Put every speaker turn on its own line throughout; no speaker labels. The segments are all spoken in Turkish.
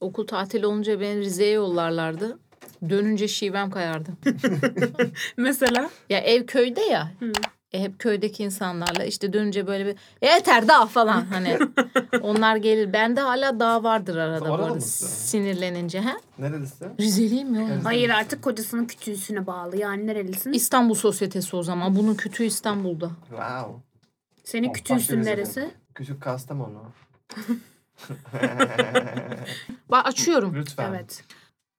Okul tatili olunca beni Rize'ye yollarlardı. Dönünce şivem kayardı.
Mesela
Ya ev köyde ya.
Hı.
E, hep köydeki insanlarla işte dönünce böyle bir "E, yeter daha falan hani. Onlar gelir. Bende hala dağ vardır arada bu
Arada
arada.
mı?
Sinirlenince. He?
Nerelisin?
Rizeliyim ya oğlum.
Evet.
hayır artık kocasının kütüğüsüne bağlı. Yani nerelisin?
İstanbul sosyetesi o zaman. Bunun kütüğü İstanbul'da.
Wow.
Senin
Oh, başka
kütüğüsün
bir
neresi?
Küçük Kastamonu.
Bak açıyorum.
Lütfen.
Evet.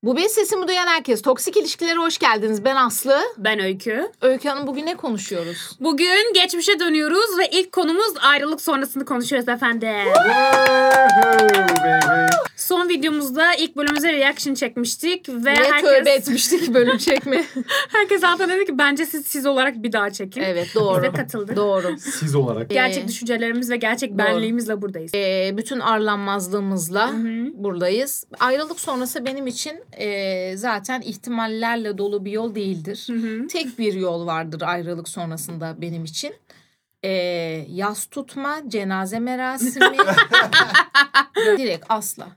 Bu benim sesimi duyan herkes. Toksik ilişkilere hoş geldiniz. Ben Aslı.
Ben Öykü.
Öykü Hanım bugün ne konuşuyoruz?
Bugün geçmişe dönüyoruz ve ilk konumuz ayrılık sonrasını konuşuyoruz efendim.
Woohoo, baby.
Son videomuzda ilk bölümümüze reaction çekmiştik ve
Niye tövbe
herkes,
etmiştik bölüm çekme?
herkes altına dedi ki bence siz siz olarak bir daha çekin.
evet
Biz de
doğru.
katıldık.
doğru.
Siz olarak.
Gerçek
Ee,
düşüncelerimiz ve gerçek
doğru.
benliğimizle buradayız.
Ee, bütün arlanmazlığımızla
Hı-hı.
buradayız. Ayrılık sonrası benim için e, zaten ihtimallerle dolu bir yol değildir.
Hı-hı.
Tek bir yol vardır ayrılık sonrasında benim için. E, yas tutma, cenaze merasimi. Direkt asla.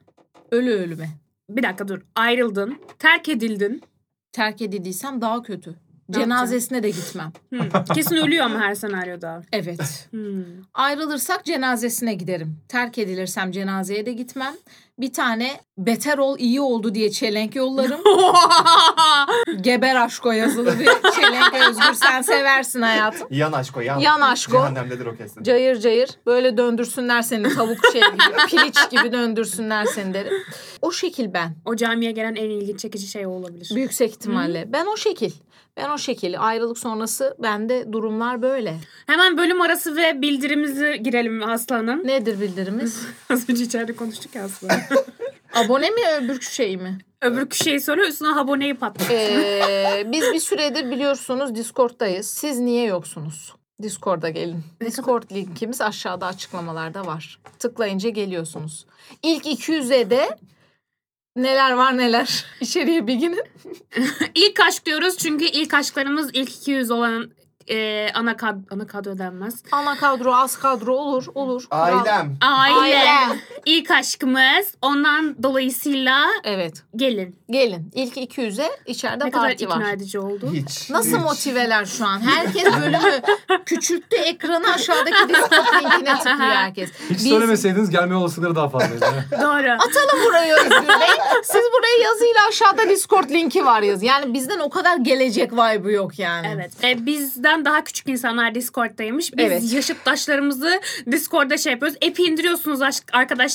Ölü ölüme.
Bir dakika dur. Ayrıldın. Terk edildin.
Terk edildiysem daha kötü.
Ne
Cenazesine de gitmem.
Hı. Kesin ölüyor ama her senaryoda.
Evet.
Hı.
Ayrılırsak cenazesine giderim. Terk edilirsem cenazeye de gitmem. Bir tane beter ol iyi oldu diye çelenk yollarım. Geber aşko yazılı bir çelenk özgür sen seversin hayatım.
Yan aşko yan.
Yan aşko.
Cehennemdedir o kesin.
Cayır cayır böyle döndürsünler seni tavuk şey gibi piliç gibi döndürsünler seni derim. O şekil ben
O camiye gelen en ilgi çekici şey o olabilir.
yüksek ihtimalle. Ben o şekil. Ben o şekil. Ayrılık sonrası bende durumlar böyle.
Hemen bölüm arası ve bildirimizi girelim Aslan'ın.
Nedir bildirimiz?
Az önce içeride konuştuk ya Aslan.
Abone mi öbür şey mi?
Öbür köşeyi soruyor üstüne aboneyi patlat.
Ee, biz bir süredir biliyorsunuz Discord'dayız. Siz niye yoksunuz? Discord'a gelin. Discord linkimiz aşağıda açıklamalarda var. Tıklayınca geliyorsunuz. İlk 200'e de neler var neler içeriye bir gidin.
İlk aşk diyoruz çünkü ilk aşklarımız ilk 200 olan e, ana, kad ana kadro denmez.
Ana kadro az kadro olur olur. Kural.
Ailem.
Aile.
Aile.
İlk aşkımız. Ondan dolayısıyla
Evet
gelin.
gelin ilk 200'e içeride
Ne kadar
parti
ikna
var.
edici oldu.
Hiç.
Nasıl
hiç.
motiveler şu an? Herkes bölümü küçülttü ekranı aşağıdaki Discord linkine tıklıyor herkes.
Hiç
Biz-
söylemeseydiniz gelme olasılıkları daha fazlaydı.
Doğru.
Atalım burayı Özgür Bey. Siz buraya yazıyla aşağıda Discord linki var yaz. Yani bizden o kadar gelecek vibe'ı yok yani.
Evet. E, bizden daha küçük insanlar Discord'daymış. Biz
Evet.
yaşıttaşlarımızı Discord'da şey yapıyoruz. App'i indiriyorsunuz aş- arkadaşlar.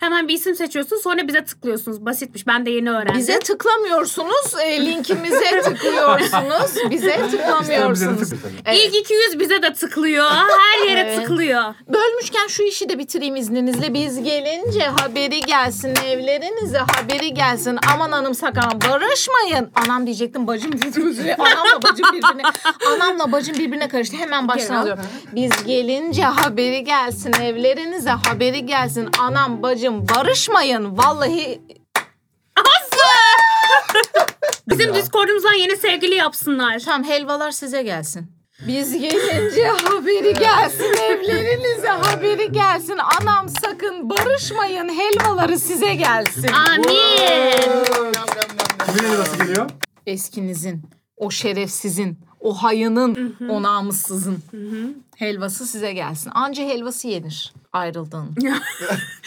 Hemen bir isim seçiyorsunuz. Sonra bize tıklıyorsunuz. Basitmiş. Ben de yeni öğrendim.
Bize tıklamıyorsunuz, e, linkimize tıklıyorsunuz, bize
İster bize de
tıklamıyorsunuz.
tıklayın.
Evet.
İlk 200 bize de tıklıyor. Her yere
Evet.
tıklıyor.
Bölmüşken şu işi de bitireyim izninizle. Biz gelince haberi gelsin evlerinize haberi gelsin. Aman hanım sakın barışmayın. Anam diyecektim bacım diyecektim. Anamla bacım birbirine anamla bacım birbirine karıştı. Hemen baştan
Gel.
alıyorum. Biz gelince haberi gelsin evlerinize haberi gelsin. Anam bacım barışmayın. Vallahi
Bizim Discord'umuzdan yeni sevgili yapsınlar.
Tamam helvalar size gelsin. Biz gelince haberi gelsin evlerinize haberi gelsin. Anam sakın barışmayın helvaları size gelsin.
Amin.
Kimin elbası geliyor?
Eskinizin, o şerefsizin, o hayının, o namussuzun helvası size gelsin. Anca helvası yenir ayrıldığın.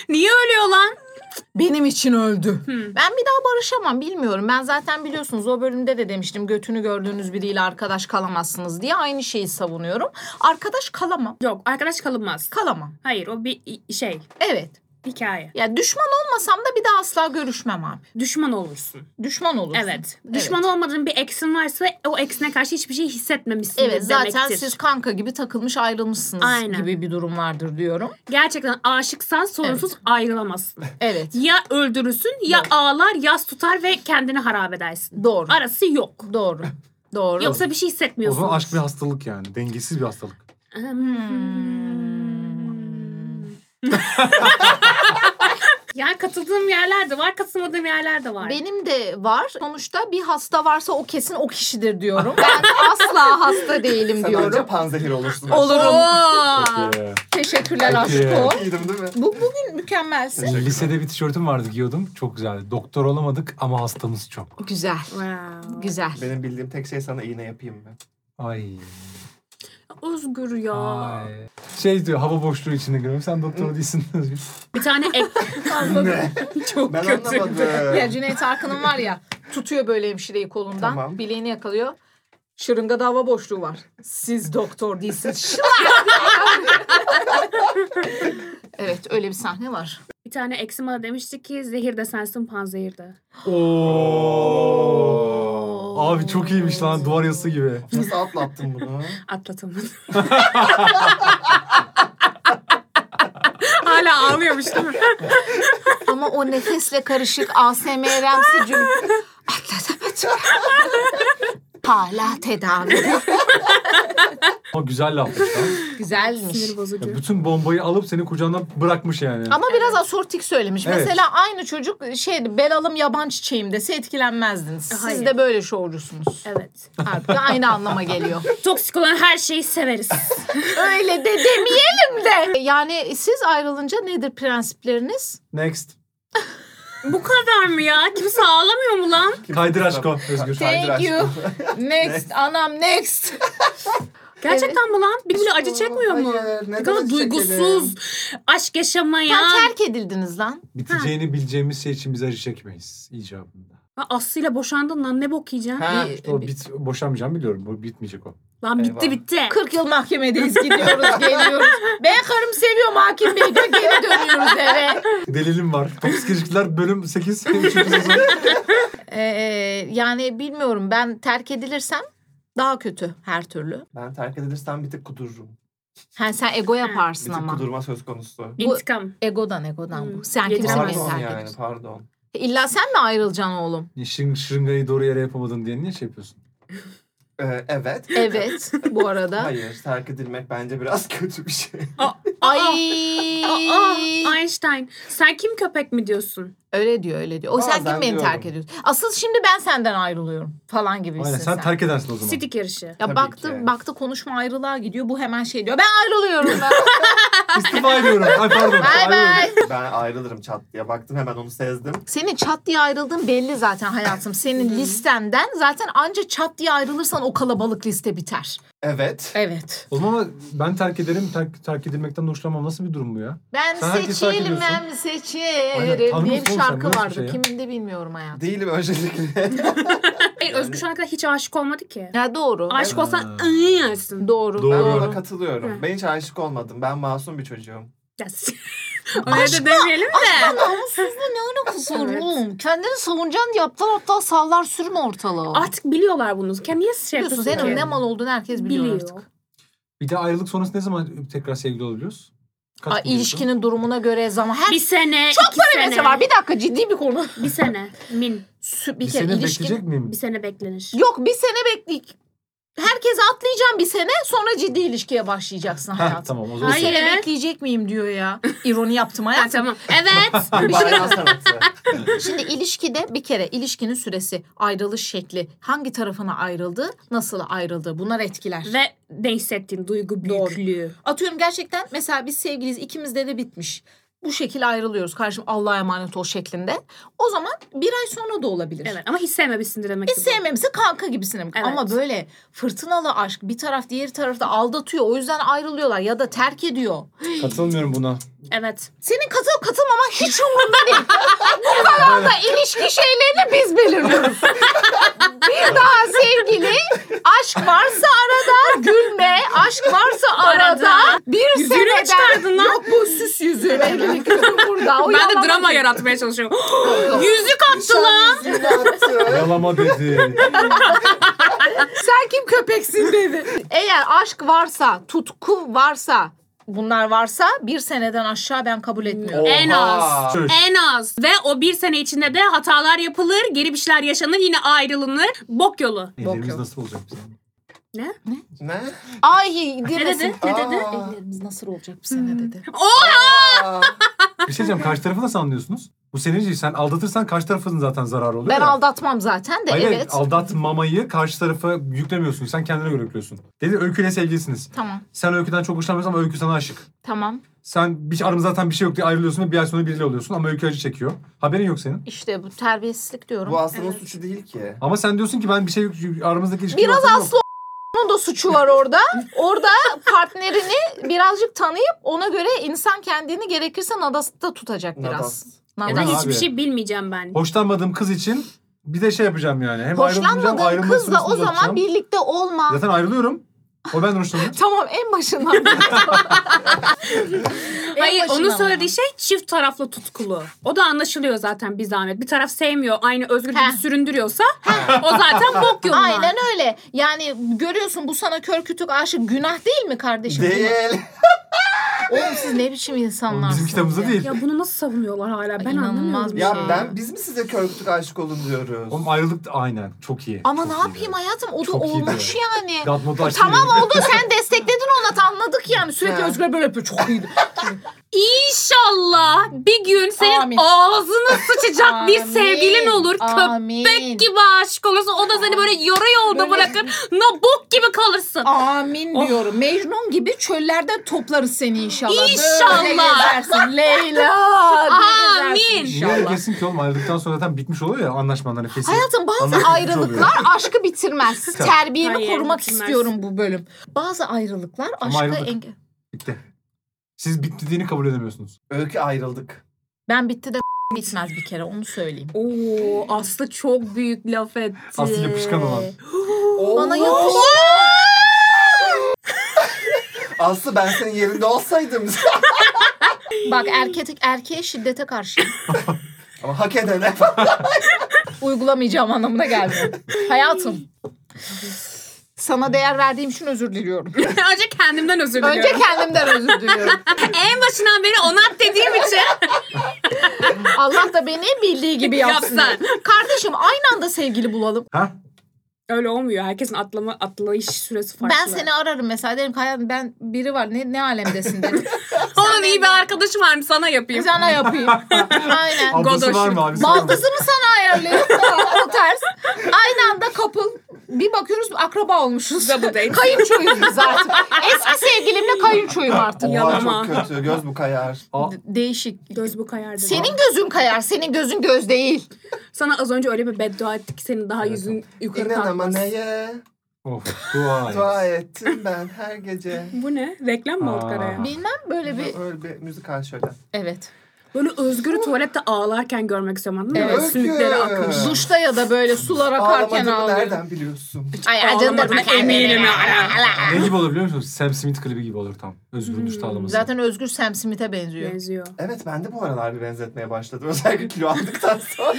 Niye ölüyor lan?
Benim için öldü. Ben bir daha barışamam bilmiyorum. Ben zaten biliyorsunuz o bölümde de demiştim götünü gördüğünüz biriyle arkadaş kalamazsınız diye aynı şeyi savunuyorum. Arkadaş kalamam.
Yok arkadaş kalınmaz.
Kalamam.
Hayır o bir i- şey.
Evet.
Hikaye.
Ya düşman olmasam da bir daha asla görüşmem abi.
Düşman olursun.
Düşman olursun.
Evet. Düşman
Evet.
olmadığın bir eksin varsa o eksine karşı hiçbir şey hissetmemişsin
Evet zaten
demektir.
siz kanka gibi takılmış ayrılmışsınız
Aynen.
gibi bir durum vardır diyorum.
gerçekten aşıksan sorunsuz ayrılamazsın.
Evet.
Ya öldürürsün ya
Doğru.
ağlar yas tutar ve kendini harap edersin.
Doğru.
Arası yok.
Doğru. Doğru.
Yoksa bir şey
O
hissetmiyorsun.
zaman aşk bir hastalık yani. Dengesiz bir hastalık.
Hmm. Yani katıldığım yerler de var, katılmadığım yerler de var.
Benim de var. Sonuçta bir hasta varsa o kesin o kişidir diyorum. Ben asla hasta değilim
Sen önce
diyorum.
panzehir olursun.
Olurum.
Oo!
Ee,
Teşekkürler
Çok iyi.
aşkım.
İyiydim değil mi?
Bu bugün mükemmelsin.
Lisede bir tişörtüm vardı giyiyordum. Çok güzeldi. Doktor olamadık ama hastamız çok.
Güzel.
Wow.
Güzel.
Benim bildiğim tek şey sana iğne yapayım ben.
Ay.
Özgür ya.
Ay. Şey diyor hava boşluğu içinde görüyorum. Sen doktor değilsin.
Bir tane ek
Ne?
çok
Ben
kötü.
Ya
anlamadım.
Cüneyt Arkın'ın var ya tutuyor böyle hemşireyi kolundan
Tamam.
bileğini yakalıyor. Şırıngada hava boşluğu var. Siz doktor değilsiniz. Şıla! evet öyle bir sahne var.
Bir tane eksim bana demişti ki zehir de sensin panzehir de.
Oo. Abi çok iyiymiş lan duvar yazısı gibi.
Nasıl atlattın bunu?
Atlatamadım. Hala ağlıyormuş değil mi?
Ama o nefesle karışık ASMR'msi cümle. Atlatamadım. Hala tedavi.
Ama güzel lafmış lan.
Güzelmiş.
Sinir bozucu.
Ya bütün bombayı alıp seni kucağından bırakmış yani.
Ama biraz asortik söylemiş.
Evet.
Mesela aynı çocuk şey belalım yaban çiçeğim dese etkilenmezdiniz. Siz
Hayır.
de böyle şovcusunuz.
Evet.
Harbiden aynı anlama geliyor.
Toksik olan her şeyi severiz.
Öyle de demeyelim de. Yani siz ayrılınca nedir prensipleriniz?
Next.
Bu kadar mı ya? Kimse ağlamıyor mu lan?
Kimse
Kaydır
kusura-
aşko Özgür.
Kaydır
Thank you.
aşko.
Next. Anam next.
Gerçekten mi lan? Bir bile acı çekmiyor mu?
Hayır,
Ne
neden
kadar
acı
duygusuz. Aşk yaşamaya.
Sen terk edildiniz lan.
Biteceğini bileceğimiz şey için biz acı çekmeyiz icabında.
Lan Aslı'yla boşandın lan ne bok yiyeceksin?
Ha,
Bir-
İşte o bit, boşanmayacağım biliyorum. Bu bitmeyecek o.
Lan bitti
Eyvah.
bitti.
40 yıl mahkemedeyiz gidiyoruz geliyoruz. Ben karım seviyorum hakim bey diyor geri dönüyoruz eve.
Delilim var. Toksik ilişkiler bölüm 8. üçüncü sezon.
Ee, yani bilmiyorum ben terk edilirsem daha kötü her türlü.
Ben terk edilirsem bir tık kudururum.
Ha, sen ego
Bir
yaparsın
tık
ama.
kudurma söz konusu.
Bu-
İntikam.
Egodan egodan bu.
Hmm.
Sen
Yediremez.
kimse beni
Pardon
terk
yani
edemez.
pardon.
İlla sen mi ayrılacaksın oğlum?
Şırın, şırıngayı doğru yere yapamadın diye niye şey yapıyorsun?
Ee, evet.
Evet bu arada.
Hayır terk edilmek bence biraz kötü bir şey.
Aa,
Ay.
Einstein. Sen kim köpek mi diyorsun?
Öyle diyor öyle diyor. O sen
Bazen
kim beni
diyorum.
terk ediyorsun? Asıl şimdi ben senden ayrılıyorum falan gibisin
Aynen sen
sen.
terk edersin o zaman.
Sidik yarışı.
ya
Tabii
baktı
ki.
baktı konuşma ayrılığa gidiyor. Bu hemen şey diyor. Ben ayrılıyorum. Ben.
İstifa ediyorum. Ay pardon.
bye bye.
ben ayrılırım çat diye. Baktım hemen onu sezdim.
Senin çat diye ayrıldığın belli zaten hayatım. Senin listenden zaten anca çat diye ayrılırsan o kalabalık liste biter.
Evet.
Evet.
O zaman ben terk ederim. Terk, terk edilmekten hoşlanmam. Nasıl bir durum bu ya?
Ben
Sen herkesi terk
seçelim
ediyorsun.
ben
Aynen,
seçerim
tanımıyorsun
diye bir
oğlum sen,
şarkı
nasıl bir
vardı.
şey ya?
Kimin de bilmiyorum hayatım.
Değilim öncelikle.
Hayır Özgür şu ana kadar hiç aşık olmadı ki.
Ya doğru.
Aşık olsan
Ha.
ıı yersin.
Doğru.
Doğru.
Ben ona
Doğru.
katılıyorum. Ben hiç aşık olmadım. Ben masum bir çocuğum.
Yes. Öyle de demeyelim de.
Namussuzluğu ne alakası var
Evet.
oğlum? Kendini savunacaksın diye aptal aptal sallar sürme ortalığı.
Artık biliyorlar bunu. Kim niye şey
Biliyorsun
yapıyorsun
senin
ki?
ne mal olduğunu herkes biliyor,
Biliyor.
artık.
Bir de ayrılık sonrası ne zaman tekrar sevgili olabiliyoruz? Kaç
Aa,
buluyorsun?
ilişkinin durumuna göre zaman. Her
Bir sene, iki
neyse
sene.
var. Bir dakika ciddi bir konu.
Bir sene. Min.
Sü-
Bir,
Bir, kere
sene
ilişkin-
bekleyecek miyim?
Bir sene beklenir.
Yok bir sene bekleyik. Herkese atlayacağım bir sene sonra ciddi ilişkiye başlayacaksın
Heh,
hayatım.
tamam o zaman.
Bir
Hayır.
sene bekleyecek miyim diyor ya. İroni yaptım
Ha,
hayatım.
tamam. Evet.
Bayram sanatı.
Şimdi ilişkide bir kere ilişkinin süresi, ayrılış şekli, hangi tarafına ayrıldı, nasıl ayrıldı bunlar etkiler.
Ve ne hissettiğin duygu
Doğru.
büyüklüğü.
Atıyorum gerçekten mesela biz sevgiliyiz ikimizde de bitmiş. Bu şekilde ayrılıyoruz karşım Allah'a emanet ol şeklinde. O zaman bir ay sonra da olabilir.
Evet. Ama hiç sevmemişsindir demek
Biz
bu.
sevmemizi kanka gibisine.
Evet.
Ama böyle fırtınalı aşk bir taraf diğer tarafı da aldatıyor. O yüzden ayrılıyorlar ya da terk ediyor.
Katılmıyorum buna.
Evet.
Senin katıl katılmaman hiç umurumda değil. Bu kadar da ilişki şeylerini biz belirliyoruz. bir daha sevgili, aşk varsa arada gülme, aşk varsa arada,
Arada.
bir
Yüzüğünü mü
seneden
çıkardın lan?
yok bu süs yüzüğü evlilik yüzüğü burada. O
ben de
yalan
drama
değil.
yaratmaya çalışıyorum. Yüzük attı lan.
Nişan yüzüğünü attı.
Yalama dedi.
Sen kim köpeksin dedi. Eğer aşk varsa, tutku varsa, bunlar varsa bir seneden aşağı ben kabul etmiyorum.
En
Oha.
az.
Çüş.
En az. Ve o bir sene içinde de hatalar yapılır, geri bir şeyler yaşanır, yine ayrılınır. Bok yolu.
Ellerimiz
yok.
nasıl olacak bizim?
Ne?
Ay demesin.
Ne dedi? Ne dedi?
Aa.
Hmm. Ellerimiz nasıl olacak bu sene dedi.
Oh!
Aa.
Bir şey diyeceğim karşı tarafı nasıl anlıyorsunuz? Bu senin için sen aldatırsan karşı tarafın zaten zararı oluyor
Ben
ya.
aldatmam zaten de
Hayır, hayır,
evet.
aldatmamayı karşı tarafa yüklemiyorsun. Sen kendine göre yüklüyorsun. Dedi öyküyle sevgilisiniz.
Tamam
Sen öyküden çok hoşlanmıyorsun ama öykü sana aşık.
tamam
Sen bir, aramızda zaten bir şey yok diye ayrılıyorsun ve bir ay sonra biriyle oluyorsun ama öykü acı çekiyor. Haberin yok senin.
işte bu terbiyesizlik diyorum.
Bu Aslı'nın
Evet.
suçu değil ki.
Ama sen diyorsun ki ben bir şey yok aramızdaki ilişki
Biraz
yok.
Aslı Onun da suçu var orada. Orada partnerini birazcık tanıyıp ona göre insan kendini gerekirse nadasta tutacak biraz.
Nadas.
Ya
Nadas.
da
Abi.
hiçbir şey bilmeyeceğim ben.
Hoşlanmadığım kız için bir de şey yapacağım yani. Hem ayrılmayacağım,
Hoşlanmadığın
ayrılma
kızla o
süresini
zaman
uzatacağım.
birlikte olma.
Zaten ayrılıyorum. O ben hoşlanıyorum.
Tamam en başından. En
Hayır onun
başından
söylediği
ama.
şey çift taraflı tutkulu. O da anlaşılıyor zaten bir zahmet. Bir taraf sevmiyor aynı özgür
Heh.
gibi süründürüyorsa o zaten bok yoluna.
Aynen öyle. Yani görüyorsun bu sana kör kütük aşık günah değil mi kardeşim?
Değil.
Oğlum siz ne biçim insanlarsınız?
Bizim kitabımızda
ya?
değil.
Ya bunu nasıl savunuyorlar hala ben
inanılmaz
anlamıyorum.
bir
Ya.
Ya
Şey.
ben biz mi size körkütük aşık olun diyoruz?
Oğlum ayrılık da aynen. Çok iyi.
Ama
Çok
ne
iyi
yapayım
yani.
hayatım? O da
Çok iyi
olmuş yani.
God modu açtı
Tamam
yine.
oldu sen destekledin onu anladık yani. Sürekli
Ha.
Özgür böyle yapıyor çok iyiydi.
İnşallah bir gün senin
Amin.
ağzını sıçacak bir sevgilin olur. Köpek
Amin.
gibi aşık olursun. O da seni böyle yarı yolda
Böyle-
bırakır. No bok gibi kalırsın.
Amin
Oh.
diyorum. Mecnun gibi çöllerden toplarız seni inşallah.
İnşallah.
Böyle gezersin Leyla. böyle gezersin
Amin.
Niye
İnşallah.
öyle ki oğlum ayrıldıktan sonra zaten bitmiş oluyor ya anlaşmanların fesi.
Hayatım bazı
Anlaşılmış oluyor.
ayrılıklar aşkı bitirmez.
Tabii.
Terbiyemi
Hayır,
korumak
bitirmez.
istiyorum bu bölüm. Bazı ayrılıklar
Ama
aşkı
ayrılık.
engel.
Bitti. Siz bittiğini kabul edemiyorsunuz.
Öykü ayrıldık.
Ben bitti de bitmez bir kere onu söyleyeyim.
Oo Aslı çok büyük laf etti.
Aslı yapışkan olan.
Bana
Allah!
yapış.
Aslı ben senin yerinde olsaydım.
Bak erkek erkeğe şiddete karşı
Ama hak edene.
uygulamayacağım anlamına gelmiyor. Hayatım. Sana değer verdiğim için özür diliyorum.
Önce kendimden özür diliyorum.
Önce kendimden özür diliyorum.
En başından beri onat dediğim için.
Allah da beni bildiği gibi yapsın.
Yapsın.
Kardeşim aynı anda sevgili bulalım.
Ha?
Öyle olmuyor. Herkesin atlama atlayış süresi farklı.
Ben seni ararım mesela derim ki hayatım ben biri var ne, ne alemdesin derim.
Onun iyi bir arkadaşı var mı? Sana yapayım.
Sana yapayım. Aynen.
Ablası var
Godoş'un.
mı abi?
Baldızı mı sana ayarlıyor? o ters. Aynı anda kapıl. Bir bakıyoruz akraba olmuşuz.
Double date.
Kayınçoyuz biz artık. Eski sevgilimle kayınçoyum artık.
Oha
Yalama.
çok kötü. Göz bu kayar.
Aa,
De- Değişik.
Göz bu kayardı.
Senin gözün kayar. Senin gözün göz değil.
Sana az önce öyle bir beddua ettik ki senin daha yüzün yukarı
İnan ama
kalkmaz.
neye?
of dua et.
Dua ettim ben her gece.
Bu ne? Reklam mı oldu
Aa.
karaya?
Bilmem böyle bir...
Öyle bir müzik al şöyle.
Evet.
Böyle Özgür'ü tuvalette ağlarken görmek istiyorum anladın mı?
Evet.
Böyle Sümükleri
Özgür.
akmış.
Duşta ya da böyle sular akarken
Ağlamadığını
ağlıyor.
nereden biliyorsun?
Ay
Ağlamadığına eminim ya.
Ne gibi olur biliyor musunuz? Sam Smith klibi gibi olur tam. Özgür'ün duşta ağlaması.
Hmm, Zaten Özgür Sam Smith'e benziyor.
Benziyor.
Evet ben de bu aralar bir benzetmeye başladım. Özellikle kilo aldıktan sonra.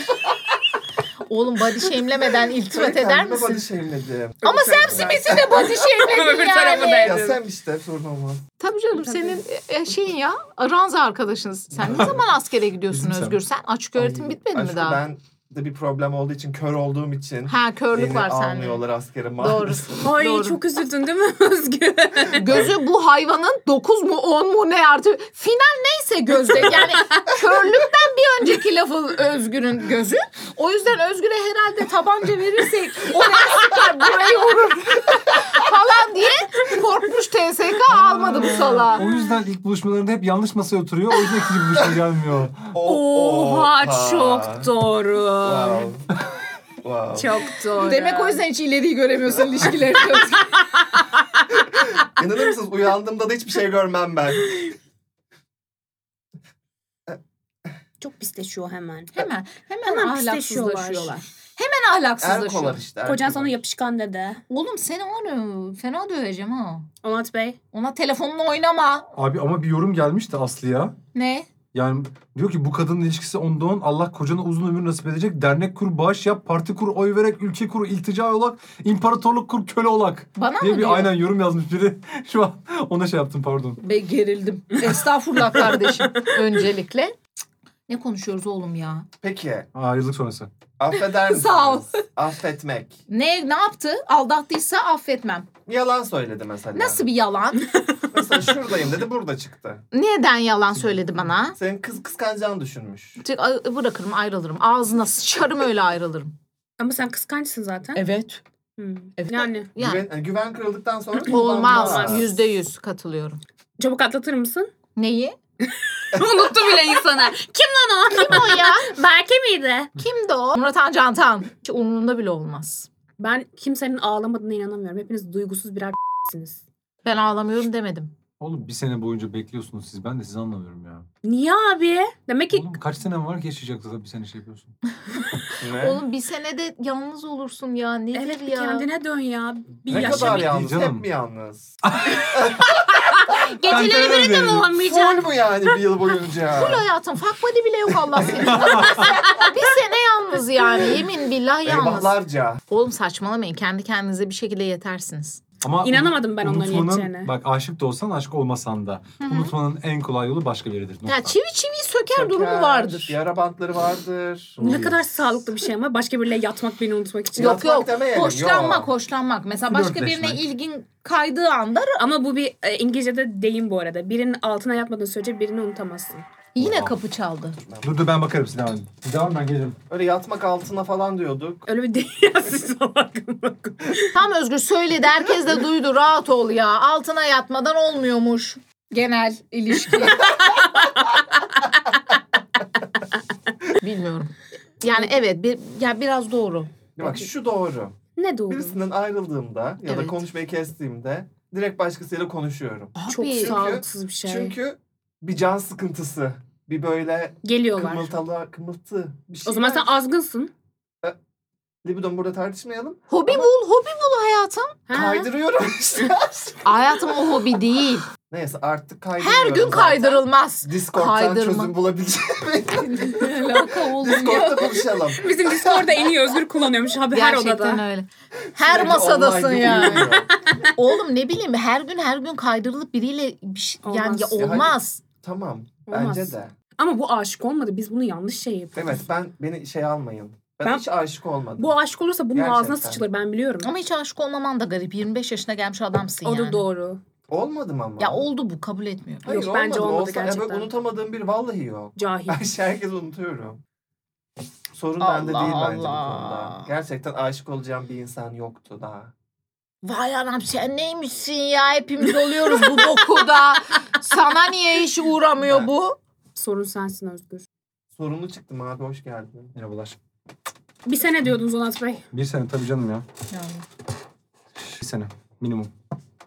Oğlum body shame'lemeden iltifat eder
Kendime body
misin?
shame'ledim.
Ama Sam Smith'i de body shame'ledin
Öbür tarafı
yani.
da-
Ya sen işte sorun olmaz.
Tabii canım senin e, şeyin ya ranza arkadaşınız. Sen ne zaman askere gidiyorsun
Bizim
Özgür? Sen açık öğretim bitmedi mi
Aşkım
daha?
ben de bir problem olduğu için kör olduğum için.
Ha körlük
Beni
var sende.
almıyorlar askere
Doğru.
maalesef.
Ay
Doğru.
çok üzüldün değil mi Özgür?
Gözü bu hayvanın 9 mu 10 mu ne artık final neyse gözde yani körlükten bir önceki lafı Özgür'ün gözü. O yüzden Özgür'e herhalde tabanca verirsek oraya sıkar burayı vurur falan diye korkmuş TSK almadı bu salağı.
O yüzden ilk buluşmalarında hep yanlış masaya oturuyor. O yüzden ikinci buluşma gelmiyor.
Oha
Oha.
çok doğru.
Wow. Wow.
Çok doğru.
Demek o yüzden hiç ileriyi göremiyorsun ilişkilerinde.
İnanır mısınız uyandığımda da hiçbir şey görmem ben.
Çok pisleşiyor hemen.
hemen hemen,
Hemen
ahlaksızlaşıyorlar.
pisleşiyorlar.
Hemen
Er kolar
ahlaksızlaşıyor.
işte. er
Kocan
kolar.
sana yapışkan dedi.
Oğlum seni var ya fena döveceğim ha.
Onat Bey.
Ona telefonla oynama.
Abi ama bir yorum gelmiş de Aslı'ya.
Ne?
Yani diyor ki bu kadının ilişkisi onda on. Allah kocana uzun ömür nasip edecek. Dernek kur, bağış yap, parti kur, oy vererek, ülke kur, iltica olak, imparatorluk kur, köle olak.
Bana
diye
mı
bir
diyor?
aynen yorum yazmış biri. Şu an ona şey yaptım pardon.
Be gerildim. Estağfurullah kardeşim. Öncelikle. Cık, Ne konuşuyoruz oğlum ya?
Peki
Ayrılık sonrası.
affeder misiniz?
Sağ ol.
Affetmek.
Ne ne yaptı? Aldattıysa affetmem.
Yalan söyledi mesela.
Nasıl bir yalan?
Mesela şuradayım dedi burada çıktı.
Neden yalan söyledi bana?
Senin kız kıskanacağını düşünmüş.
Tık- ay- Bırakırım ayrılırım. Ağzına sıçarım öyle ayrılırım.
Ama sen kıskançsın zaten.
Evet.
Hmm.
Evet.
Yani
Yani
Güven, yani güven kırıldıktan sonra
olmaz.
kullanmaz.
Yüzde yüz katılıyorum.
çabuk atlatır mısın?
Neyi?
Unuttu bile insanı. Kim lan o?
Kim o ya?
Berke miydi?
Kimdi o? Murat Cantan. Hiç umurumda bile olmaz.
Ben kimsenin ağlamadığına inanamıyorum. Hepiniz duygusuz birer siniz.
Ben ağlamıyorum demedim.
Oğlum bir sene boyunca bekliyorsunuz siz. Ben de sizi anlamıyorum ya.
Niye abi? Demek ki
Oğlum kaç sene var ki yaşayacaksın da bir sene şey yapıyorsun.
Ne?
Oğlum bir senede yalnız olursun ya. Nedir
evet bir
ya?
kendine dön ya. Bir
ne
yaşa.
kadar
bir-
yalnız? Hep
Canım.
mi yalnız?
Geceleri biri de mi
Full
olmayacak?
mu yani bir yıl boyunca?
Full hayatım. Fuck body bile yok Allah seni. kahretsin. bir sene yalnız yani. Yemin billah yalnız.
Eyvahlarca.
Oğlum saçmalamayın. Kendi kendinize bir şekilde yetersiniz.
Ama
İnanamadım ben onların
unutmanın,
yeteceğine.
Bak aşık da olsan aşık olmasan da. Unutmanın en kolay yolu başka biridir. Nokta.
Ya çivi çiviyi söker,
Çöker,
durumu vardır.
Yara bantları vardır.
Ne kadar sağlıklı bir şey ama başka biriyle yatmak beni unutmak için.
Yok yok.
demeyelim,
Hoşlanmak,
yok.
hoşlanmak. Mesela başka
Flörtleşmek.
birine ilgin kaydığı anda
Ama bu bir e, İngilizce'de deyim bu arada. Birinin altına yatmadığın sürece birini unutamazsın.
yine
Oha.
kapı çaldı.
Dur dur ben bakarım size devam edin. Siz Devam edin, ben gelirim.
Öyle yatmak altına falan diyorduk.
Öyle bir deyim ya siz salak.
Tam Özgür söyledi. Herkes de duydu. Rahat ol ya. Altına yatmadan olmuyormuş. Genel ilişki. Bilmiyorum. Yani evet bir, ya biraz doğru.
Bak şu doğru.
ne doğru.
Birisinden ayrıldığımda ya da
Evet.
konuşmayı kestiğimde direkt başkasıyla konuşuyorum.
Çok
Abi,
sağlıksız bir şey.
Çünkü bir can sıkıntısı, bir böyle
Geliyorlar.
kımıltalı, kımıltı bir şey.
O zaman sen azgınsın.
Libidom burada tartışmayalım.
Hobi bul, hobi bul hayatım.
Ha?
Kaydırıyorum işte.
Hayatım o hobi değil.
Neyse artık kaydırıyorum.
Her gün
zaten.
kaydırılmaz.
Discord'dan
Kaydırma.
çözüm bulabileceğim.
Alaka oğlum
Discord'da konuşalım.
Bizim Discord'da en iyi özgür kullanıyormuş abi her
Gerçekten
odada.
öyle. Her
Sürekli
masadasın
online'da
yani.
uyuyorum.
Oğlum ne bileyim her gün her gün kaydırılıp biriyle bir şey, yani
Olmaz.
ya
Ya
olmaz.
Tamam.
Olmaz.
Bence de.
Ama bu aşık olmadı. Biz bunu yanlış şey yapıyoruz.
Evet ben beni şey almayın. Ben,
Ben-
hiç aşık olmadım.
Bu aşık olursa bunun ağzına
Gerçekten.
sıçılır ben biliyorum.
Ama hiç aşık olmaman da garip. 25 yaşına gelmiş adamsın
o
yani.
da doğru.
Olmadım ama.
Ya oldu bu kabul etmiyorum.
Hayır,
Yok, bence olmadı
ya böyle
gerçekten.
unutamadığım bir vallahi yok.
Cahil.
Ben şey herkesi unutuyorum. Sorun
Allah
bende değil bence bu
Allah.
konuda. Gerçekten aşık olacağım bir insan yoktu daha.
Vay anam sen neymişsin ya hepimiz oluyoruz bu bokuda. Sana niye hiç uğramıyor
Ben-
bu?
Sorun sensin Özgür.
Sorunlu çıktım abi hoş geldin.
Merhabalar.
Bir sene diyordunuz Onat Bey.
Bir sene tabii canım ya. Bir sene minimum.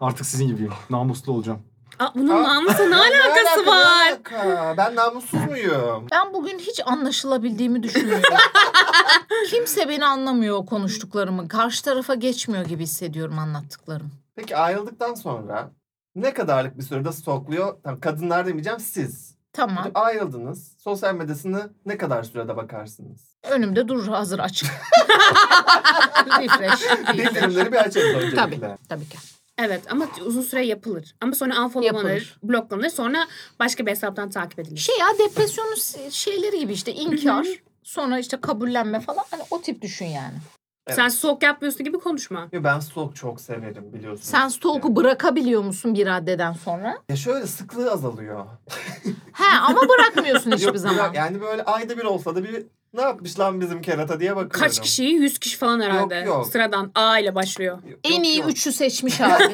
Artık sizin gibiyim. Namuslu olacağım.
Aa, bunun
Aa.
namusla ne alakası
Ah. ne
var?
alaka? Ben namussuz muyum?
Ben bugün hiç anlaşılabildiğimi düşünmüyorum. Kimse beni anlamıyor o konuştuklarımı. Karşı tarafa geçmiyor gibi hissediyorum anlattıklarım.
Peki ayrıldıktan sonra ne kadarlık bir sürede stokluyor? Tam kadınlar demeyeceğim siz.
Tamam.
Ayrıldınız. Sosyal medyasını ne kadar sürede bakarsınız?
Önümde durur hazır açık. Refresh. refresh.
Bildirimleri bir açarız
Tabii.
öncelikle.
Tabii ki.
Evet ama uzun süre yapılır. Ama sonra unfollowlanır,
Yapılır.
bloklanır. Sonra başka bir hesaptan takip edilir.
Şey ya depresyonun s- şeyleri gibi işte inkar. Sonra işte kabullenme falan. Hani o tip düşün yani.
Evet.
Sen sok yapmıyorsun gibi konuşma.
Yo, Ben stok çok severim biliyorsunuz.
Sen stalk'u bırakabiliyor musun bir raddeden sonra?
Ya şöyle sıklığı azalıyor.
He ama bırakmıyorsun
Yok,
hiçbir zaman.
bırak. Yani böyle ayda bir olsa da bir ne yapmış lan bizim kerata diye bakıyorum.
Kaç kişiyi? 100 kişi falan herhalde.
yok.
Sıradan A ile başlıyor.
Yok,
En iyi
yok.
üçü seçmiş abi.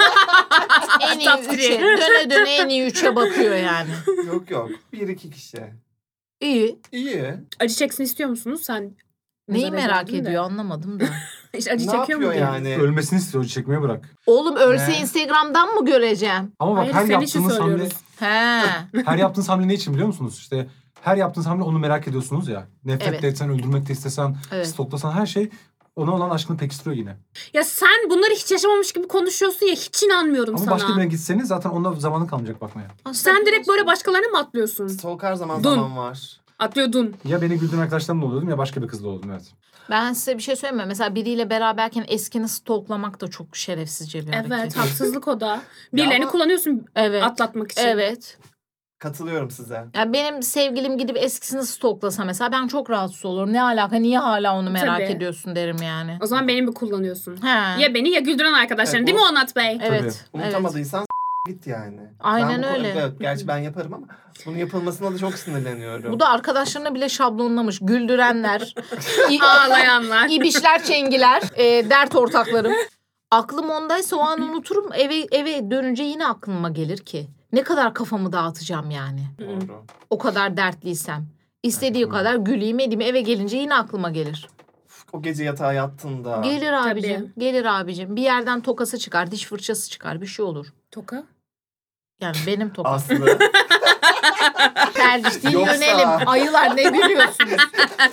en iyi
Top
üçe.
three.
Döne döne en iyi üçe bakıyor yani.
Yok yok. Bir iki kişi.
İyi.
İyi.
Acı çeksin istiyor musunuz? Sen
Neyi
Nazar
merak
edildin de.
ediyor anlamadım da.
Hiç acı
ne
çekiyor
yapıyor
mu? diye.
yani?
Ölmesini istiyor. Çekmeye bırak.
Oğlum ölse
Ne?
Instagram'dan mı göreceğim?
Ama bak
Hayır,
her
senin için
yaptığınız hamle...
söylüyoruz.
He.
Her yaptığınız hamle ne için biliyor musunuz? İşte her yaptığınız hamle onu merak ediyorsunuz ya. Nefret
Evet.
de etsen, öldürmek de istesen,
Evet.
stoklasan her şey ona olan aşkını pekiştiriyor yine.
Ya sen bunları hiç yaşamamış gibi konuşuyorsun ya hiç inanmıyorum
Ama
sana.
başka birine gitseniz zaten ona zamanı kalmayacak bakmaya.
Sen direkt böyle başkalarına mı atlıyorsun?
Stok her zaman
Dun.
zaman var.
Atlıyordun.
Ya beni güldüren arkadaşlarımla oluyordum ya başka bir kızla oluyordum evet.
Ben size bir şey söyleyeyim mi? Mesela biriyle beraberken eskini stalklamak da çok şerefsizce bir
Evet
hareket.
haksızlık o da. Birilerini
ama-
kullanıyorsun
Evet.
atlatmak için.
Evet.
Katılıyorum size.
Ya benim sevgilim gidip eskisini stoklasa mesela ben çok rahatsız olurum. Ne alaka? Niye hala onu merak
Tabii.
ediyorsun derim yani.
O zaman beni mi kullanıyorsun?
He.
Ya beni ya güldüren arkadaşlarını
Evet,
değil mi
bu-
Onat Bey?
evet. evet.
Unutamadıysan git yani.
Aynen
Ben bu-
öyle.
Evet, gerçi ben yaparım ama bunun yapılmasına da çok sinirleniyorum.
Bu da arkadaşlarına bile şablonlamış. Güldürenler, i-
Ağlayanlar.
ibişler, çengiler, e, dert ortaklarım. Aklım ondaysa o an unuturum. Eve eve dönünce yine aklıma gelir ki. Ne kadar kafamı dağıtacağım yani.
Doğru.
O kadar dertliysem. İstediği kadar güleyim edeyim eve gelince yine aklıma gelir.
O gece yatağa yattığında.
Gelir abicim. Gelir abicim. Bir yerden tokası çıkar, diş fırçası çıkar, bir şey olur.
Toka.
Yani benim tokam.
Aslı.
Tercih değil
Yoksa-
yönelim. Ayılar ne gülüyorsunuz?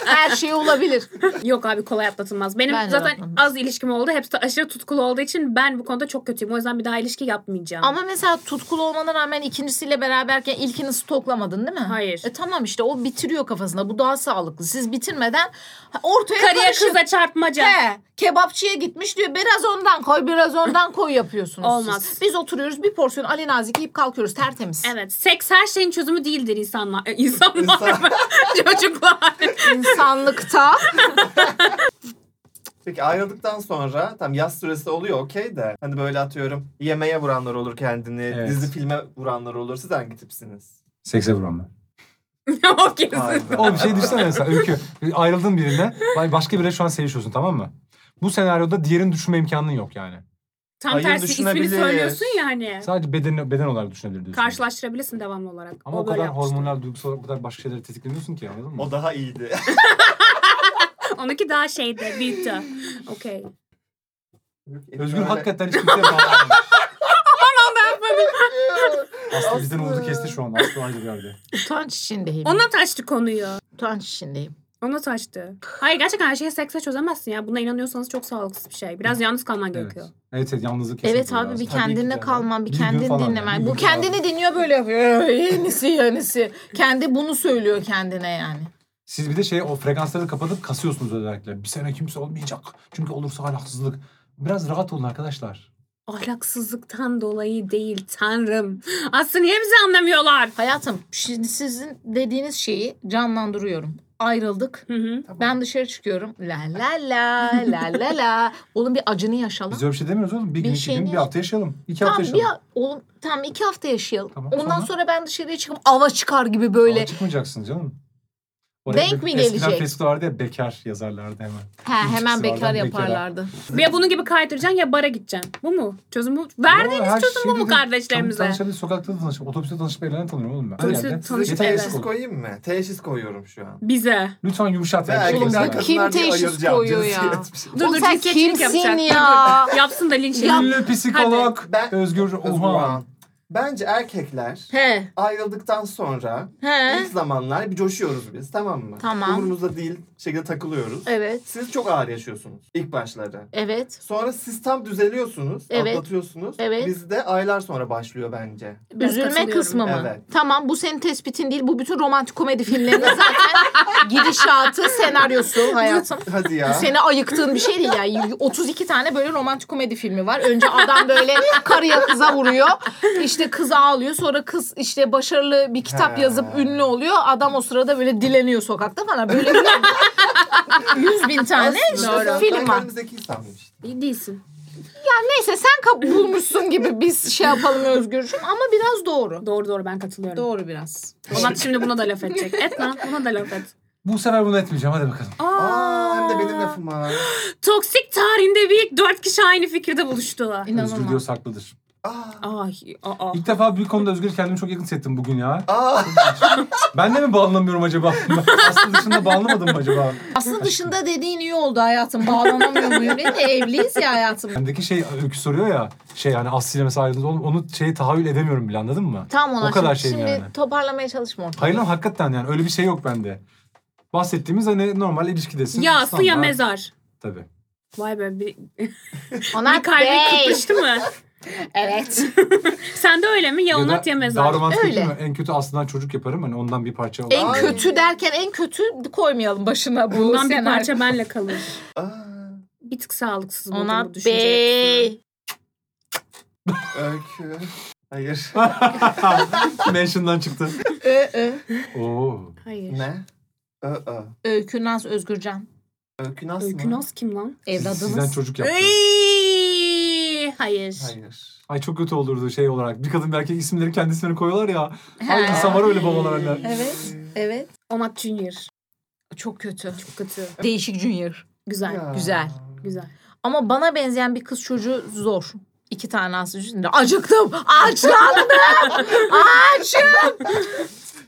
Her şey olabilir.
Yok abi kolay atlatılmaz. Benim
Ben de
zaten
atlatmam.
az ilişkim oldu. Hepsi de aşırı tutkulu olduğu için ben bu konuda çok kötüyüm. O yüzden bir daha ilişki yapmayacağım.
Ama mesela tutkulu olmana rağmen ikincisiyle beraberken ilkini stoklamadın değil mi?
Hayır.
E tamam işte o bitiriyor kafasında. Bu daha sağlıklı. Siz bitirmeden ortaya
Kariyer
karışık.
kıza çarpmaca.
He, kebapçıya gitmiş diyor biraz ondan koy biraz ondan koy yapıyorsunuz
Olmaz.
siz. Biz oturuyoruz bir porsiyon Ali Nazik yiyip kalkıyoruz tertemiz.
Evet. Seks her şeyin çözümü değildir insanlar. e, İnsanlar.
İnsan-
Çocuklar.
İnsanlıkta
Peki ayrıldıktan sonra tam yaz süresi oluyor okey de. Hani böyle atıyorum yemeğe vuranlar olur kendini.
Evet.
Dizi filme vuranlar olur. Siz hangi tipsiniz?
Sekse vuran mı?
o kesin.
Vay be.
Oğlum şey düşünsene mesela Öykü. Ayrıldın birine. vay Başka biriyle şu an sevişiyorsun tamam mı? Bu senaryoda diğerini düşünme imkanın yok yani.
Tam
Hayır,
tersi ismini
düşünebilir.
söylüyorsun yani.
Sadece beden, beden olarak düşünebilir diyorsun.
Karşılaştırabilirsin devamlı olarak.
Ama o,
böyle
kadar
yapmıştı.
hormonal, duygusal olarak bu kadar başka şeyleri tetikleniyorsun ki anladın mı?
O daha iyiydi.
Onunki daha şeydi, büyüktü. Okey.
Özgür
Böyle-
hakikaten hiç kimseye bağlanmamış. Aslı bizden
Aslı.
umudu kesti şu an. Aslı ayrı bir yerde.
utanç içindeyim.
Ona taştı konuyu.
Utanç içindeyim.
Ona taştı. Hayır gerçekten her şeyi seksle çözemezsin ya. Buna inanıyorsanız çok sağlıksız bir şey. Biraz yalnız kalman
Evet.
gerekiyor.
Evet evet yalnızlık kesinlikle
evet abi
lazım.
bir
Tabii ki
kendine
canım.
kalman, bir
Bir gün
kendini
falan
dinlemen.
yani, bir
Bu
gün
kendini dinliyor böyle yapıyor. Yenisi yenisi. Kendi bunu söylüyor kendine yani.
Siz bir de şey o frekansları kapatıp kasıyorsunuz özellikle. Bir sene kimse olmayacak. Çünkü olursa ahlaksızlık. Biraz rahat olun arkadaşlar.
Ahlaksızlıktan dolayı değil tanrım. Aslı niye bizi anlamıyorlar?
Hayatım şimdi sizin dediğiniz şeyi canlandırıyorum. Ayrıldık.
Hı hı.
Ben dışarı çıkıyorum. La la la la la la. Oğlum bir acını yaşa lan.
Biz öyle bir şey demiyoruz oğlum. Bir, gün, iki
şeyini-
gün, bir hafta yaşayalım. İki
Tamam
hafta
bir
yaşayalım.
ha- oğlum tamam iki hafta yaşayalım.
Tamam,
Ondan sonra?
sonra?
ben dışarıya çıkıp ava çıkar gibi böyle.
Ama çıkmayacaksın canım.
Denk
bir-
mi
Eskiden
gelecek?
Facebook vardı ya bekar yazarlardı hemen.
He, hemen
İkisi
bekar
oradan
yaparlardı.
Ya bunun gibi kaydıracaksın ya bara gideceksin. Bu mu? Çözüm bu. Verdiğiniz
Ama her
çözüm bu
şeyde
mu
de-
kardeşlerimize?
Tan- Tanışabilir, sokakta da tanışıp, otobüste tanışıp eğlenen tanıyorum oğlum ben. Her
Otobüste
yerde.
tanışıp
Yeter
eğlen.
eksik
Teşhis
olun.
koyayım mı? Teşhis koyuyorum şu an.
Bize.
Lütfen yumuşat ya.
Ben
Şey
Oğlum,
erkekler
bu
mesela.
kim
kadınlar diye
teşhis
ayıracağım,
koyuyor ya?
cinsiyet bir şey.
Dur
Oğlum
dur
sen
cinsiyetçilik
kimsin
yapacak.
ya?
Dur, dur. Yapsın da linç yesin.
Ünlü psikolog
Ben-
Özgür
Özgür
Uhan.
Uhan. Bence erkekler
He
ayrıldıktan sonra
he.
ilk zamanlar bir coşuyoruz biz tamam mı?
Tamam.
Umurumuzda değil şekilde takılıyoruz.
Evet
Siz çok ağır yaşıyorsunuz ilk başları.
evet
Sonra siz tam düzeliyorsunuz,
Evet.
atlatıyorsunuz.
Evet.
Bizde aylar sonra başlıyor bence.
Ben
Üzülme
katılıyorum.
kısmı mı?
Evet.
Tamam bu senin tespitin değil. Bu bütün romantik komedi filmlerinin zaten gidişatı, senaryosu hayatım.
Hadi ya.
Bu seni ayıktığın bir şey değil yani. 32 tane böyle romantik komedi filmi var. Önce adam böyle karıya kıza vuruyor. İşte kız ağlıyor. Sonra kız işte başarılı bir kitap
He.
yazıp ünlü oluyor. Adam o sırada böyle dileniyor sokakta falan. Böyle 100 bin tane
Aslında
film var.
Ben zeki sanmıştım.
İyi değilsin.
Neyse sen kap- bulmuşsun gibi biz şey yapalım Özgürcüğüm ama biraz doğru.
Doğru doğru ben katılıyorum.
Doğru biraz.
Polat şimdi buna da laf edecek. Et lan buna da laf et.
Bu sefer bunu etmeyeceğim hadi bakalım.
Aa,
Aa, hem de benim lafıma.
Toksik tarihinde bir ilk dört kişi aynı fikirde buluştular.
Özgür diyor
İnanılmaz.
saklıdır.
Aa.
Ay, aa.
İlk defa büyük konuda Özgür kendimi çok yakın hissettim bugün ya.
Aa.
Ben de mi bağlanamıyorum acaba? Aslı dışında bağlanamadım mı acaba?
Aslında dışında dediğin iyi oldu hayatım. Bağlanamıyor muyum? Ne de evliyiz ya hayatım.
Bendeki şey öykü soruyor ya. Şey yani Aslı ile mesela ayrıldınız oğlum onu şey tahayyül edemiyorum bile anladın mı?
Tamam ona
O kadar
şimdi,
şeyim
şimdi
yani.
toparlamaya çalışma ortalığı.
Hayır lan hakikaten yani öyle bir şey yok bende. Bahsettiğimiz hani normal ilişkidesin.
Ya aslı ya
standart.
mezar.
Tabii.
Vay be bir, bir
Onat
kalbin
Bey.
kıpıştı mı?
Evet.
Sen de öyle mi? Ya,
da
onat ya
Daha
mezar.
romantik
Öyle.
değil mi? En kötü aslında çocuk yaparım hani ondan bir parça olur.
en
Ay.
kötü derken en kötü koymayalım başına bu
Bundan bir
senaryo.
parça benle kalır.
Aa.
Bir tık sağlıksız buldum bu
Onat
düşünce.
Bey.
Öykü. Hayır.
Mansion'dan çıktı.
Ö, ö.
Oo.
Hayır.
ne? Ö ö.
Öykü Naz Özgürcan.
Öykü nasıl
Öykü Naz kim lan?
Siz-
Evladınız.
Sizden çocuk yaptı.
Ey! Hayır.
Hayır.
Ay çok kötü olurdu şey olarak. Bir kadın bir erkek isimleri kendi isimlerini koyuyorlar ya. Ay
He.
insan var öyle babalar anneler.
Evet. Evet.
Omat Junior.
Çok kötü.
Çok kötü.
Değişik Junior.
Güzel.
Ya.
Güzel.
Güzel.
Ama bana benzeyen bir kız çocuğu zor. İki tane aslında. Şimdi Acıktım. Açlandım. Açım.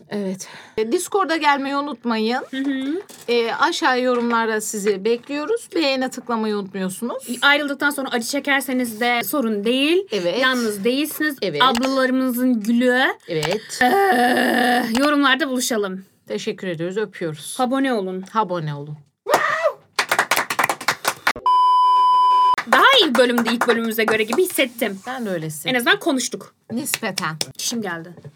Evet. E, Discord'a gelmeyi unutmayın.
Hı hı.
E, aşağı yorumlarda sizi bekliyoruz. Beğene tıklamayı unutmuyorsunuz.
Ayrıldıktan sonra acı çekerseniz de sorun değil.
Evet.
Yalnız değilsiniz.
Evet.
Ablalarımızın gülü.
Evet.
Ee, yorumlarda buluşalım.
Teşekkür ediyoruz. Öpüyoruz.
Abone olun.
Abone olun.
Daha iyi bölümde ilk bölümümüze göre gibi hissettim.
Ben de öylesin.
En azından konuştuk.
Nispeten.
Çişim geldi.